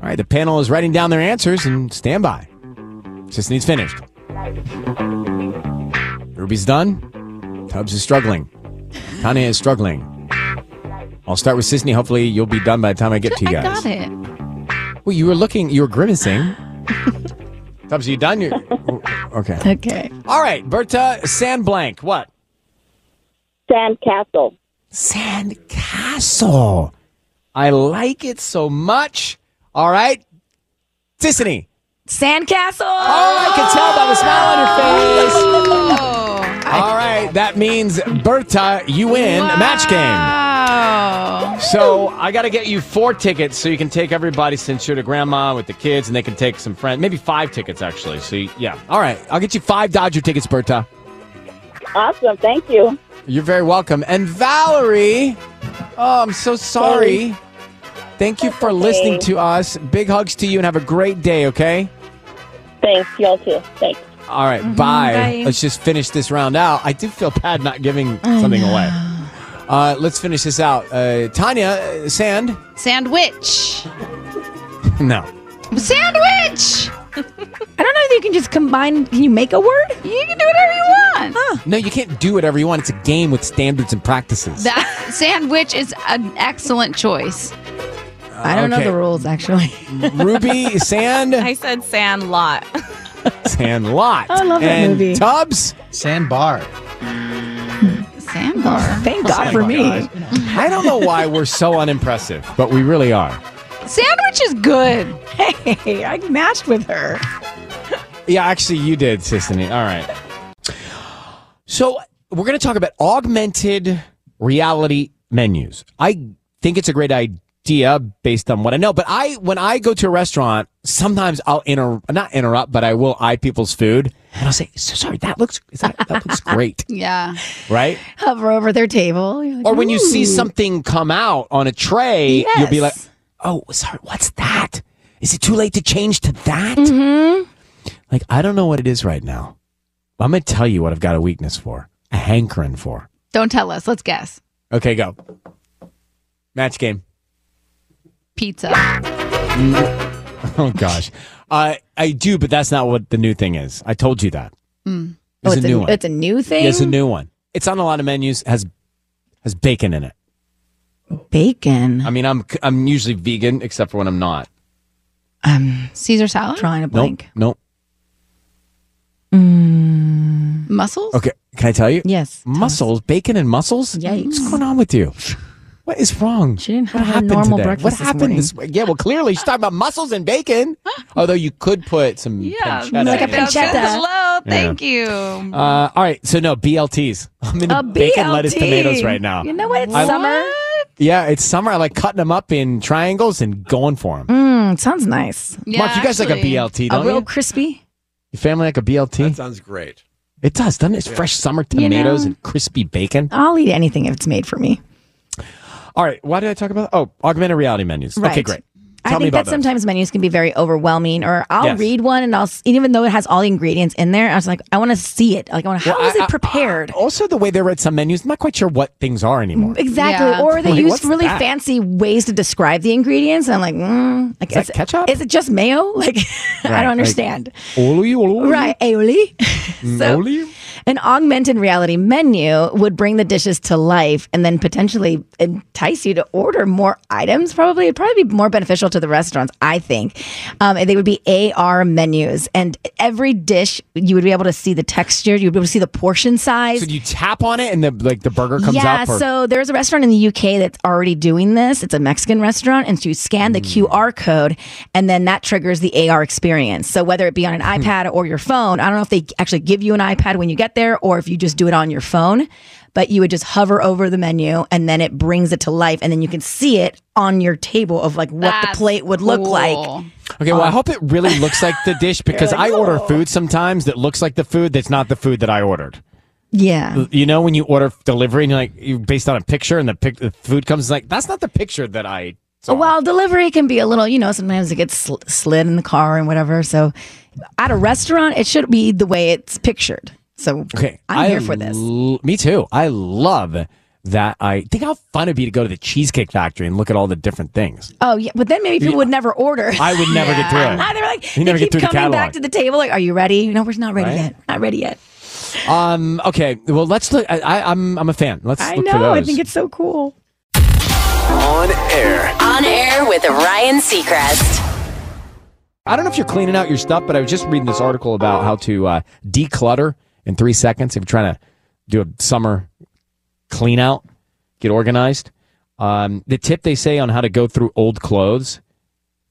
All right, the panel is writing down their answers and stand by. Sisney's finished. Ruby's done. Tubbs is struggling. Tanya is struggling. I'll start with Sisney. Hopefully, you'll be done by the time I get to you
I
guys.
got it.
Well, you were looking, you were grimacing. Tubbs, you done? You okay?
Okay.
All right, Berta Sand Blank. What?
Sand Castle.
Sand Castle. I like it so much. All right, Sissany.
Sandcastle.
Oh, I can tell by the smile on your face. All right, that means Berta, you win a match game.
Oh.
So I got to get you four tickets so you can take everybody since you're the grandma with the kids, and they can take some friends. Maybe five tickets actually. So you- yeah, all right, I'll get you five Dodger tickets, Berta.
Awesome. Thank you.
You're very welcome. And Valerie, oh, I'm so sorry. Thank you for listening to us. Big hugs to you and have a great day, okay?
Thanks. Y'all too. Thanks.
All right, bye.
bye.
Let's just finish this round out. I do feel bad not giving something away. Uh, let's finish this out. Uh, Tanya, uh, sand?
Sandwich.
No.
Sandwich.
I don't know if you can just combine. Can you make a word?
You can do whatever you want.
No, you can't do whatever you want. It's a game with standards and practices.
That sandwich is an excellent choice.
I don't know the rules actually.
Ruby, sand?
I said sand lot.
Sand lot.
I love that
and
movie.
Tubbs? Sandbar.
Sandbar.
Thank God for me.
I don't know why we're so unimpressive, but we really are.
Sandwich is good.
Hey, I matched with her.
Yeah, actually, you did, Sissany. All right. So we're going to talk about augmented reality menus. I think it's a great idea based on what I know. But I, when I go to a restaurant, sometimes I'll inter not interrupt, but I will eye people's food, and I'll say, "So sorry, that looks is that, that looks great,
Yeah.
right?"
Hover over their table. You're like,
Or when you see
"Hmm."
"Ooh."
something come out on a tray, you'll be like,
Yes.
"Oh, sorry, what's that?" Is it too late to change to that? Like, I don't know what it is right now. But I'm going to tell you what I've got a weakness for, a hankering for.
Don't tell us. Let's guess.
Okay, go. Match game.
Pizza.
Oh, gosh. uh, I do, but that's not what the new thing is. I told you that.
Mm.
There's a new one.
It's a new thing.
It's a new one. It's on a lot of menus. Has has bacon in it.
Bacon.
I mean, I'm I'm usually vegan except for when I'm not.
Um,
Caesar salad.
Trying to
Nope. Nope.
Mm. Mussels.
Okay. Can I tell you?
Yes.
Mussels, bacon, and mussels.
Yikes.
What's going on with you? What is wrong? She didn't
have her normal
today?
breakfast
What
this
happened
morning.
this morning? Yeah, well, clearly she's talking about mussels and bacon. Although you could put some pancetta
like a
in it.
pancetta. Hello,
thank
you.
Uh, all right, so no BLTs. I'm into
A
bacon, lettuce,
BLT.
tomatoes right now.
You know what? It's
I-
summer.
Yeah, it's summer. I like cutting them up in triangles and going for them.
Mm, sounds nice.
Yeah, Mark, you guys like a actually. BLT, don't
A real
you?
crispy.
Your family like a BLT? That
sounds great.
It does, doesn't it? Fresh summer
You know.
tomatoes and crispy bacon.
I'll eat anything if it's made for me.
All right, why did I talk about? Oh, augmented reality menus. Okay,
Right.
great. Tell
I
me
think
about
that
those.
sometimes menus can be very overwhelming, or I'll
Yes.
read one and I'll, s- and even though it has all the ingredients in there, I was like, I want to see it. Like, I want to,
Well,
how is
I- I-
it prepared? Mm,
also, the way they're at some menus, I'm not quite sure what things are anymore.
Exactly. Or they
Like,
use
what's
really
that?
fancy ways to describe the ingredients. And I'm like, mm, like
Is that ketchup?
Is it just mayo? Like,
Right,
I
like,
don't understand.
Oli, oli,
right. Aioli. So-
oli.
An augmented reality menu would bring the dishes to life and then potentially entice you to order more items. Probably, it'd probably be more beneficial to the restaurants, I think. Um, and they would be AR menus, and every dish you would be able to see the texture, you'd be able to see the portion size.
So you tap on it and the like the burger comes
yeah,
up. Or,
so there's a restaurant in the UK that's already doing this. It's a Mexican restaurant, and so you scan
Mm.
the QR code, and then that triggers the AR experience. So whether it be on an
Hmm.
iPad or your phone, I don't know if they actually give you an iPad when you get there, or if you just do it on your phone. But you would just hover over the menu, and then it brings it to life, and then you can see it on your table of like what the plate would look like.
okay,
uh,
well, I hope it really looks like the dish because I order food sometimes that looks like the food that's not the food that I ordered.
Yeah.
You know, when you order delivery and you're like you based on a picture and the, pic- the food comes it's like that's not the picture that I
Well, delivery can be a little, you know, sometimes it gets sl- slid in the car and whatever. So at a restaurant, it should be the way it's pictured. So
Okay,
I'm
I
here for this.
l- me too. I love that. I think how fun it'd be to go to the Cheesecake Factory and look at all the different things.
Oh, yeah. But then maybe people
Yeah.
would never order.
I would never get through it.
They're like,
You
they
never get
keep
through the catalog.
coming back to the table. Like, are you ready? No, we're not ready
Right?
yet. We're not ready yet.
Um. Okay. Well, let's look. I, I, I'm I'm a fan. Let's
I
look for
know.
those.
I think it's so cool.
On air.
On air with Ryan Seacrest.
I don't know if you're cleaning out your stuff, but I was just reading this article about how to uh, declutter in three seconds if you're trying to do a summer clean out, get organized. Um, the tip they say on how to go through old clothes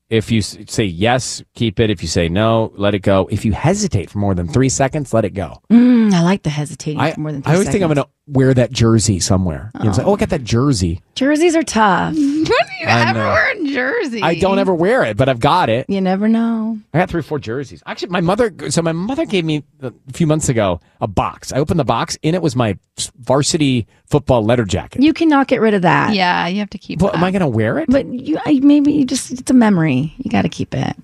if you s- say yes, keep it. If you say no, let it go. If you hesitate for more than three seconds, let it go.
Mm, I like the hesitating
I,
for more than three
I always think I'm going
seconds.
to wear that jersey somewhere. You know, it's like, oh, I got that jersey.
Jerseys are tough.
When do you
I
ever
know.
wear a jersey?
I don't ever wear it, but I've got it.
You never know.
I got three or four jerseys. Actually, my mother. So my mother gave me a few months ago a box. I opened the box. In it was my varsity football letter jacket.
You cannot get rid of that.
Yeah, you have to keep
But am I going to wear it?
But you, I, maybe you just, it's a memory. You got to keep it.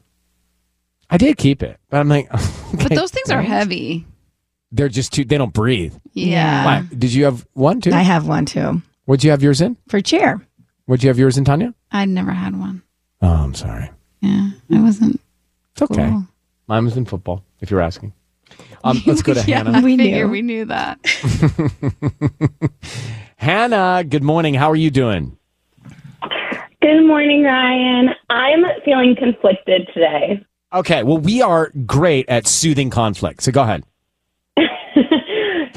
I did keep it, but I'm like,
But
okay,
those things are
thanks.
heavy.
They're just too. They don't breathe.
Yeah.
Why? Did you have one too?
I have one too.
What'd you have yours in?
For chair.
What'd you have yours in, Tanya?
I'd never had one.
Oh, I'm sorry.
Yeah, I wasn't.
Hmm. It's okay.
Cool.
Mine was in football. If you're asking. Um, let's go to
yeah,
Hannah.
We knew. we knew that.
Hannah, good morning. How are you doing?
Good morning, Ryan. I'm feeling conflicted today.
Okay. Well, we are great at soothing conflict. So go ahead.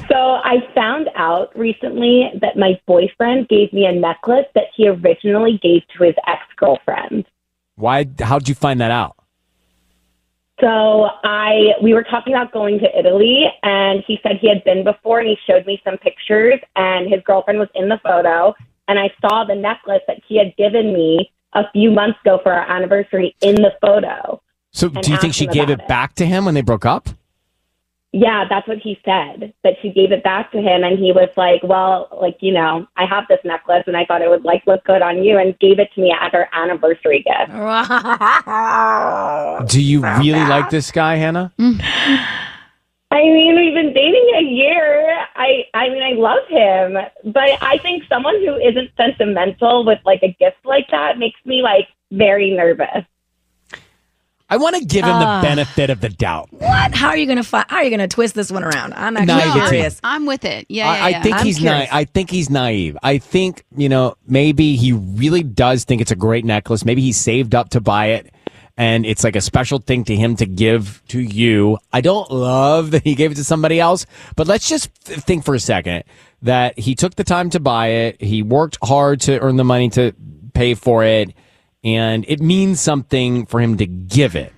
So I found out recently that my boyfriend gave me a necklace that he originally gave to his ex girlfriend.
Why? How'd you find that out?
So I we were talking about going to Italy and he said he had been before and he showed me some pictures and his girlfriend was in the photo and I saw the necklace that he had given me a few months ago for our anniversary in the photo.
So
and
do you think
asked
she
him
gave
about
it back to him when they broke up?
Yeah, that's what he said. That she gave it back to him, and he was like, "Well, like you know, I have this necklace, and I thought it would like look good on you," and gave it to me as our anniversary gift.
Do you really like this guy, Hannah?
I mean, we've been dating a year. I I mean, I love him, but I think someone who isn't sentimental with like a gift like that makes me like very nervous.
I want to give him
Uh.
Ah.
the benefit of the doubt.
What? How are you gonna fi- How are you gonna twist this one around? I'm
No,
actually
you can.
curious.
I'm with it. Yeah,
I, I think he's naive. I think he's naive. I think you know maybe he really does think it's a great necklace. Maybe he saved up to buy it, and it's like a special thing to him to give to you. I don't love that he gave it to somebody else, but let's just th- think for a second that he took the time to buy it. He worked hard to earn the money to pay for it, and it means something for him to give it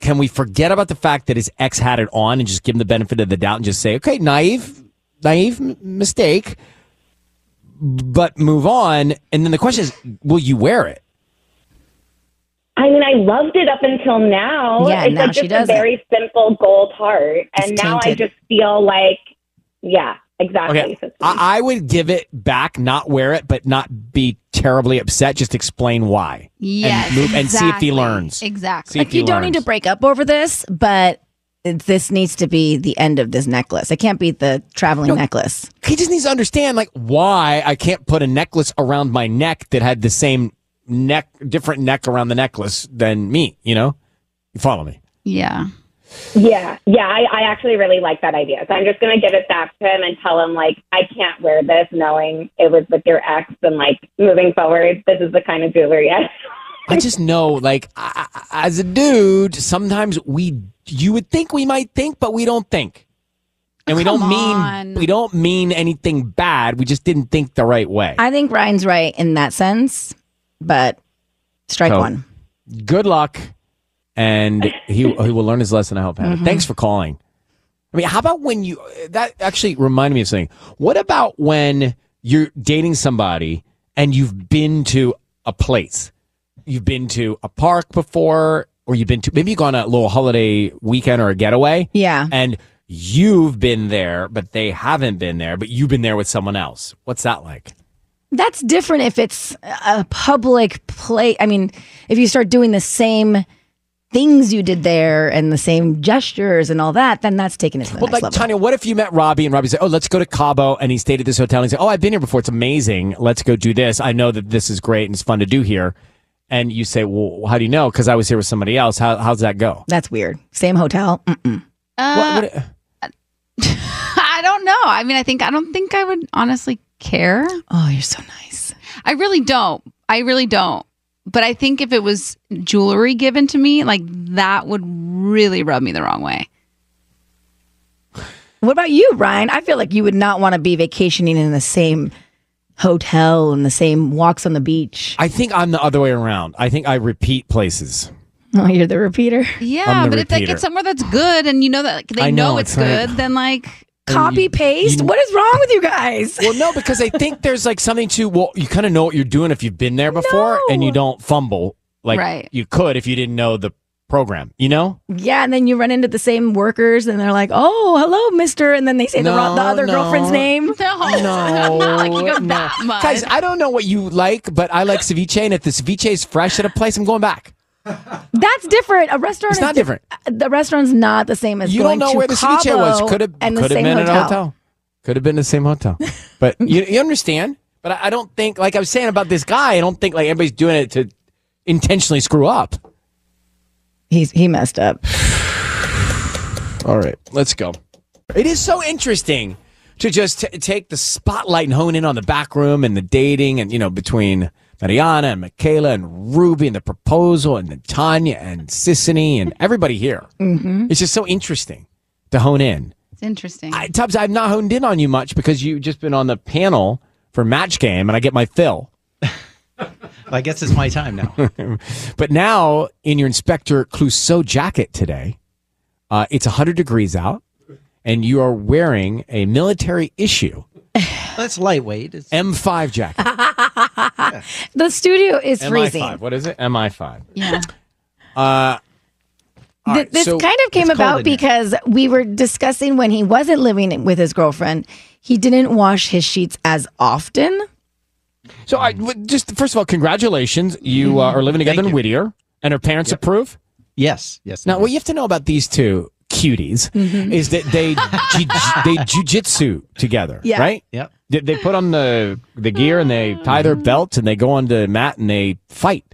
can we forget about the fact that his ex had it on and just give him the benefit of the doubt and just say, okay, naive, naive m- mistake, but move on? And then the question is, will you wear it?
I mean, I loved it up until now.
Yeah,
it's
now
like
she
just a
doesn't.
very simple gold heart, and now
tainted.
I just feel like, yeah, exactly.
Okay. I, I would give it back, not wear it, but not be terribly upset. Just explain why.
Yes,
And, and see if
exactly.
he learns.
Exactly.
See if
like
he
you don't
learns.
need to break up over this, but it- this needs to be the end of this necklace. It can't be the traveling necklace.
He just needs to understand, like, why I can't put a necklace around my neck that had the same neck, different neck around the necklace than me, you know? You follow me?
Yeah.
Yeah, yeah, I, I actually really like that idea. So I'm just gonna give it back to him and tell him like I can't wear this, knowing it was with your ex, and like moving forward, this is the kind of jewelry. I
I just know, like, I, I- as a dude, sometimes we, you would think we might think, but we don't think, and we don't mean we don't mean anything bad. We just didn't think the right way.
I think Ryan's right in that sense, but strike
So,
one.
Good luck, and he he will learn his lesson. I hope. Hannah.
Mhm.
Thanks for calling. I mean, how about when you? That actually reminded me of something. What about when you're dating somebody and you've been to a place? You've been to a park before, or you've been to maybe you go on a little holiday weekend or a getaway.
Yeah.
and you've been there, but they haven't been there. But you've been there with someone else. What's that like?
That's different if it's a public play. I mean, if you start doing the same things you did there and the same gestures and all that, then that's taken it to the
Well,
next
like
level.
Tanya, what if you met Robbie and Robbie said, "Oh, let's go to Cabo," and he stayed at this hotel and he said, "Oh, I've been here before. It's amazing. Let's go do this. I know that this is great and it's fun to do here." And you say, "Well, how do you know? Because I was here with somebody else. How how's that go?"
That's weird. Same hotel. Mm-mm.
Uh, I don't know. I mean, I think I don't think I would honestly care.
Oh, you're so nice.
I really don't. I really don't. But I think if it was jewelry given to me, like that would really rub me the wrong way.
What about you, Ryan? I feel like you would not want to be vacationing in the same hotel and the same walks on the beach.
I think I'm the other way around. I think I repeat places.
Oh, you're the repeater.
Yeah,
I'm the
but if like
repeater.
it's somewhere that's good and you know that like,
I
they
know,
know,
it's
it's
like-
good, then like
Copy, you- paste? you- What
is wrong with you guys?
Well, no, because I think there's like something to well, you kind of know what you're doing if you've been there before and you don't fumble like
Right.
you could if you didn't know the program. You know.
Yeah, and then you run into the same workers, and they're like, "Oh, hello, Mister," and then they say the, wrong, the
No,
other
no.
girlfriend's name.
No, no. Guys, I don't know what you like, but I like ceviche, and if the ceviche is fresh at a place, I'm going back.
That's different. A restaurant
It's
is
not
di-
different.
The restaurant's not the same as
you
going
don't know
to
where the ceviche
Cabo
was. Could have could
and the
have
same
been in a hotel. Could have been the same hotel. But you, you understand. But I, I don't think, like I was saying about this guy, I don't think like everybody's doing it to intentionally screw up.
He's he messed up.
All right, let's go. It is so interesting to just t- take the spotlight and hone in on the back room and the dating and, you know, between Mariana and Michaela and Ruby and the proposal and then Tanya and Sissany and everybody here.
Mhm.
It's just so interesting to hone in.
it's interesting.
I, Tubbs, I've not honed in on you much because you've just been on the panel for match game and I get my fill.
I guess it's my time now.
but now in your Inspector Clouseau jacket today, uh, it's 100 degrees out, and you are wearing a military issue
That's lightweight. It's
M5 jacket.
the studio is
MI5.
freezing.
What is it? MI5.
Yeah.
Uh, All
Th-
right,
this
so
kind of came
it's cold
about
in here.
because we were discussing when he wasn't living with his girlfriend, he didn't wash his sheets as often.
So, I w- just first of all, congratulations. Um, You uh, are living together in Whittier, and her parents approve. Yes, yes. Now, what you have to know about these two cuties
Mhm.
is that they ju- they jujitsu together,
Yeah.
right?
Yep.
They, they put on the the gear and they tie their belts and they go on the mat and they fight.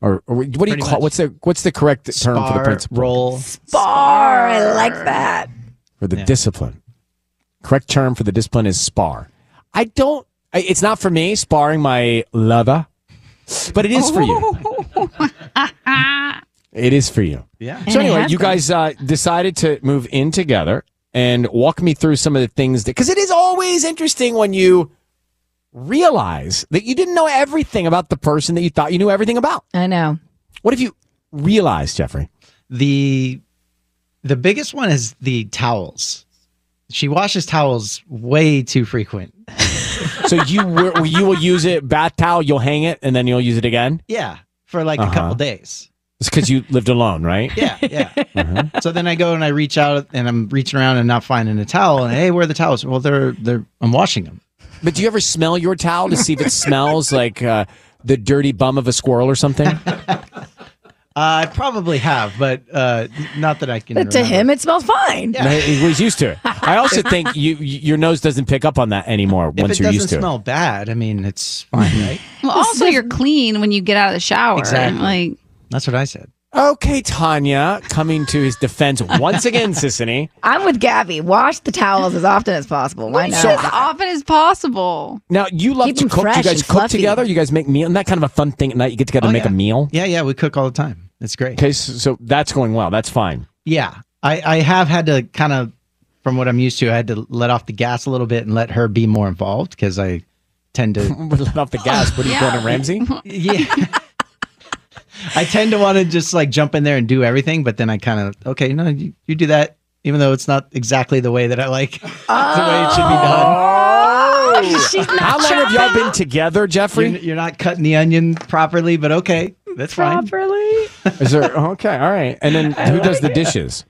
Or, or what do you
Pretty
call? What's the what's the correct term for the
Spar,
principle? Roll
Bar, I like that.
for the discipline. Correct term for the discipline is spar. I don't. I- It's not for me sparring my lover, but it is for you. It is for you.
Yeah.
So anyway, you guys uh, decided to move in together and walk me through some of the things that because it is always interesting when you realize that you didn't know everything about the person that you thought you knew everything about.
I know.
What if you realized, Jeffrey?
The the biggest one is the towels. She washes towels way too frequent.
so you were, you will use it bath towel, you'll hang it, and then you'll use it again.
Yeah, for like a couple days.
It's because you lived alone, Uh-huh. right? Uh-huh.
Yeah, yeah. So then I go and I reach out and I'm reaching around and not finding a towel. And hey, where are the towels? Well, they're they're I'm washing them.
But do you ever smell your towel to see if it smells like uh, the dirty bum of a squirrel or something?
Uh, I probably have, but uh, not that I can.
But to
remember.
him, it smells fine.
He was used to it. I also think you your nose doesn't pick up on that anymore
If
once
it
you're
doesn't
used to
smell bad, I mean it's fine, right?
Well, also you're clean when you get out of the shower.
Exactly.
Like
That's what I said.
it. Okay, Tanya, coming to his defense once again, Sissany.
I'm with Gabby. Wash the towels as often as possible. Why not?
So-
as often as possible.
Now you love
Keep
to
them
cook. You
fresh
guys
and
cook
fluffy.
together. You guys make meal, and that kind of a fun thing at night. You get together and make a meal.
Oh, Yeah, yeah, we cook all the time. It's great.
Okay, so, so that's going well. That's fine.
Yeah, I I have had to kind of, from what I'm used to, I had to let off the gas a little bit and let her be more involved because I tend to
let off the gas. What are you going to Ramsey?
Yeah. I tend to want to just like jump in there and do everything, but then I kind of okay, no, you, you do that, even though it's not exactly the way that I like
Ah.
the way it should be done. Oh!
She's not
How long have y'all been together, Jeffrey?
You're, you're not cutting the onion properly, but okay, that's fine.
Properly.
Is there okay? All right, and then who does the dishes?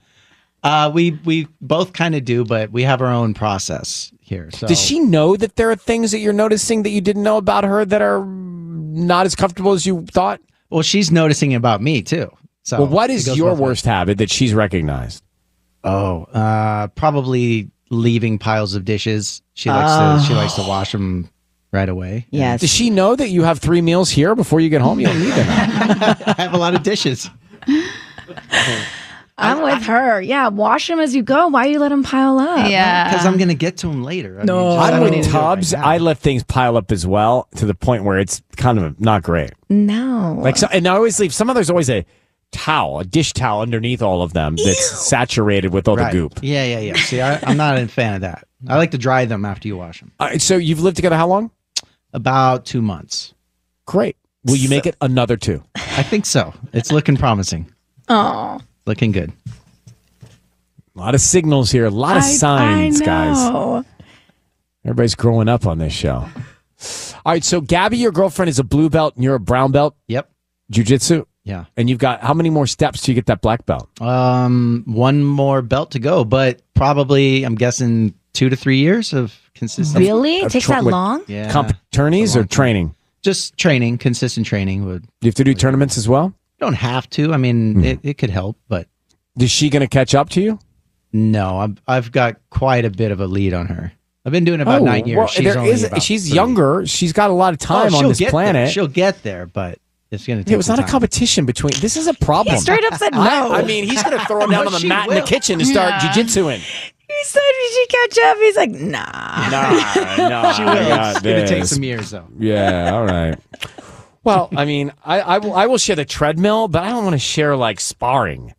Uh, we we both kind of do, but we have our own process here. So
Does she know that there are things that you're noticing that you didn't know about her that are not as comfortable as you thought?
Well, she's noticing about me too. So
well, what
it
is
goes
your
both ways.
worst habit that she's recognized?
Oh, uh, probably leaving piles of dishes. She likes to she likes to wash them right away.
Yes.
Does she know that you have three meals here before you get home? You don't need them.
I have a lot of dishes.
I'm with her. Yeah, wash them as you go. Why you let them pile up?
because I'm gonna get to them later. I mean,
Uh, No.
just- I
I'm
don't
with
need to do it right
Tubbs. I let things pile up as well to the point where it's kind of not great.
No.
Like, so, and I always leave. Some there's always a towel, a dish towel underneath all of them that's saturated with all
Right.
the goop.
Yeah, yeah, yeah. See, I, I'm not a fan of that. I like to dry them after you wash them.
All right, so you've lived together how long?
About two months.
Great. Will you make it another two?
I think so. It's looking promising.
Oh.
Looking good.
A lot of signals here. A lot of signs, guys. Everybody's growing up on this show. All right, so Gabby, your girlfriend is a blue belt and you're a brown belt.
Yep.
Jiu-jitsu.
Yeah.
And you've got how many more steps till you get that black belt?
Um, one more belt to go, but probably I'm guessing two to three years of consistent.
Really? It takes that long?
Yeah.
Comp tourneys or training?
Just training, consistent training would.
You have to do tournaments as well. Hmm.
Don't have to. I mean, it, it could help, but
Is she going to catch up to you?
no, I've I've got quite a bit of a lead on her. I've been doing about
Oh,
nine years.
well,
she's
there
only
is-
about
she's
three.
younger. She's got a lot of time
Oh,
on
she'll
this
get there.
planet.
She'll get there, but it's gonna. Take
It was
some
not a
time.
competition between. This is a problem.
He straight up said
I-
no.
I, mean, he's going to throw him down
No,
on the
she
mat in
will.
the kitchen and start
Yeah.
jujitsuing.
He said we should catch up. He's like, nah.
Nah, nah,
She will.
I
It's
got
gonna take
this.
some years, though.
Yeah. All right. Well, I mean, I, I will. I will share the treadmill, but I don't want to share like sparring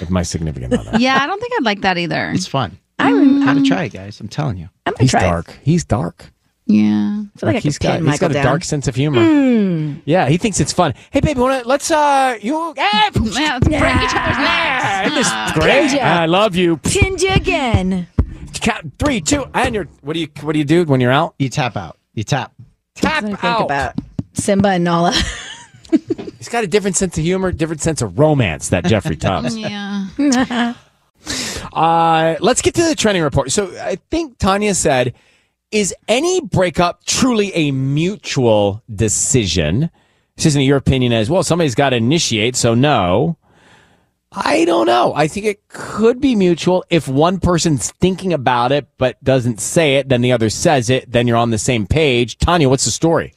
with my significant other.
yeah, I don't think I'd like that either.
It's fun.
I'm
Gotta try it, guys. I'm telling you.
He's dark. He's dark.
Yeah.
I feel like, I
he's
could
got
pin
he's
Michael
got a
down.
dark sense of humor.
Mm.
Yeah, he thinks it's fun. Hey, baby, wanna, let's uh, you hey,
yeah, let's break each other's necks.
this is great.
Ah, Ginger.
I love you.
Pinned you again.
Count three, two, and you're. What do you What do you do when you're out?
You tap out. You tap.
Tap
That's what I
out.
think about Simba and Nala.
He's got a different sense of humor, different sense of romance, that Jeffrey Tubbs.
yeah.
Uh, let's get to the trending report. So I think Tanya said, "Is any breakup truly a mutual decision?" This isn't your opinion as well. Somebody's got to initiate, so no. I don't know. I think it could be mutual if one person's thinking about it but doesn't say it, then the other says it, then you're on the same page. Tanya, what's the story?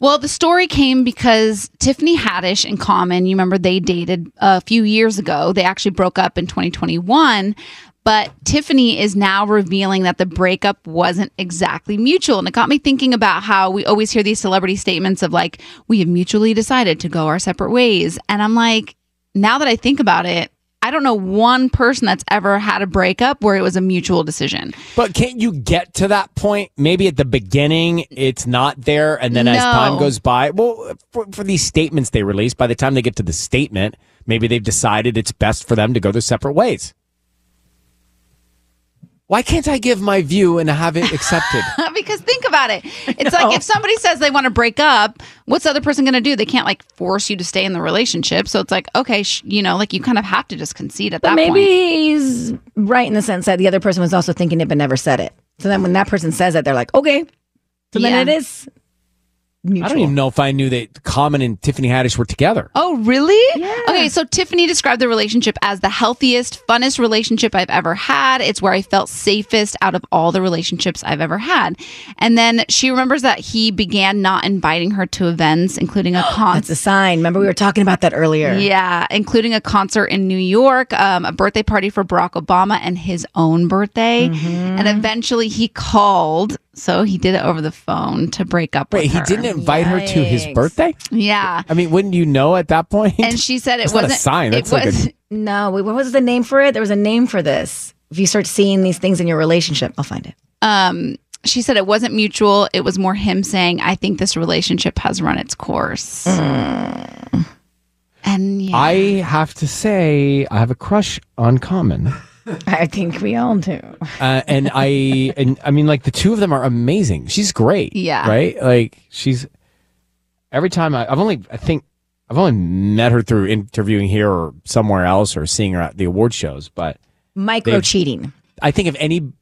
Well, the story came because Tiffany Haddish and Common, you remember they dated a few years ago. They actually broke up in 2021, but Tiffany is now revealing that the breakup wasn't exactly mutual. And it got me thinking about how we always hear these celebrity statements of like, we have mutually decided to go our separate ways. And I'm like, now that I think about it, I don't know one person that's ever had a breakup where it was a mutual decision.
But can't you get to that point? Maybe at the beginning it's not there, and then as
No.
time goes by, well, for, for these statements they release, by the time they get to the statement, maybe they've decided it's best for them to go their separate ways. Why can't I give my view and have it accepted?
because think about it. It's like if somebody says they want to break up, what's the other person going to do? They can't like force you to stay in the relationship. So it's like, okay, sh- you know, like you kind of have to just concede at
But
that
maybe
point.
he's right in the sense that the other person was also thinking it but never said it. So then when that person says it, they're like, okay. So then
Yeah.
it is mutual.
I don't even know if I knew that Common and Tiffany Haddish were together.
Oh, really? Okay, so Tiffany described the relationship as the healthiest, funnest relationship I've ever had. It's where I felt safest out of all the relationships I've ever had. And then she remembers that he began not inviting her to events, including a concert.
That's a sign. Remember we were talking about that earlier.
Yeah, including a concert in New York, um, a birthday party for Barack Obama and his own birthday.
Mm-hmm.
And eventually he called. So he did it over the phone to break up
Wait,
with
he
her.
didn't invite her to his
Yikes.
birthday?
Yeah.
I mean, wouldn't you know at that point?
And she said it
That's
wasn't
not a sign. That's
it
like
was
a,
No, wait, what was the name for it? There was a name for this. If you start seeing these things in your relationship, I'll find it.
um she said it wasn't mutual. It was more him saying, I think this relationship has run its course.
Mm.
And yeah.
I have to say, I have a crush on Common.
I think we all do.
uh, and I and I mean like the two of them are amazing. She's great.
Yeah.
Right. Like she's every time I, I've only I think I've only met her through interviewing here or somewhere else or seeing her at the award shows, but
Micro cheating.
I think if any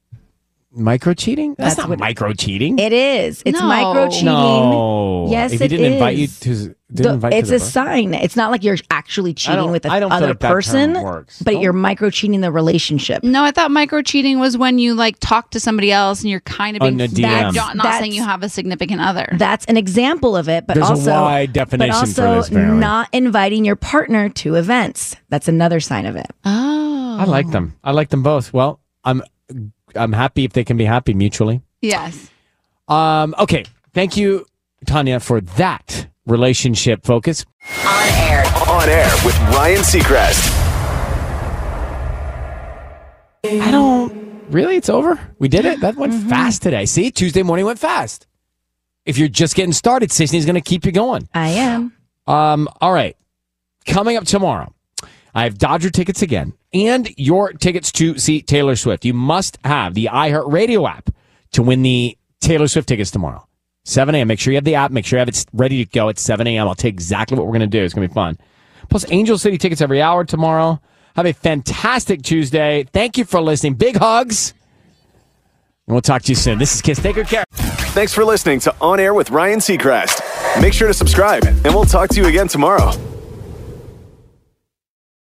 micro cheating, that's, not micro cheating.
It is. It's
No.
micro cheating.
No.
Yes,
if he
it
didn't invite you
is.
to, didn't
The-
invite
it's
to
a
the birth-
sign. It's not like you're actually
don't-
cheating with the
I don't feel
other
like that term
person,
works.
but you're micro cheating the relationship.
No, I thought micro cheating was when you like talk to somebody else and you're kind of
On
being
the
fake,
DM.
not, not saying you have a significant other.
That's an example of it, but
There's a
also
wide definition
but
for
also
this, apparently.
not inviting your partner to events. That's another sign of it.
Oh,
I like them. I like them both. Well, I'm I'm happy if they can be happy mutually.
Yes.
Um, okay. Thank you, Tanya, for that relationship focus.
On air. On air with Ryan Seacrest.
I don't really. It's over. We did it. That
Mm-hmm.
went fast today. See, Tuesday morning went fast. If you're just getting started, Sisney's going to keep you going.
I am.
Um, all right. Coming up tomorrow, I have Dodger tickets again and your tickets to see Taylor Swift. You must have the iHeartRadio app to win the Taylor Swift tickets tomorrow. 7 a.m. Make sure you have the app. Make sure you have it ready to go at 7 a.m. I'll tell you exactly what we're going to do. It's going to be fun. Plus, Angel City tickets every hour tomorrow. Have a fantastic Tuesday. Thank you for listening. Big hugs. And we'll talk to you soon. This is Kiss. Take good care.
Thanks for listening to On Air with Ryan Seacrest. Make sure to subscribe, and we'll talk to you again tomorrow.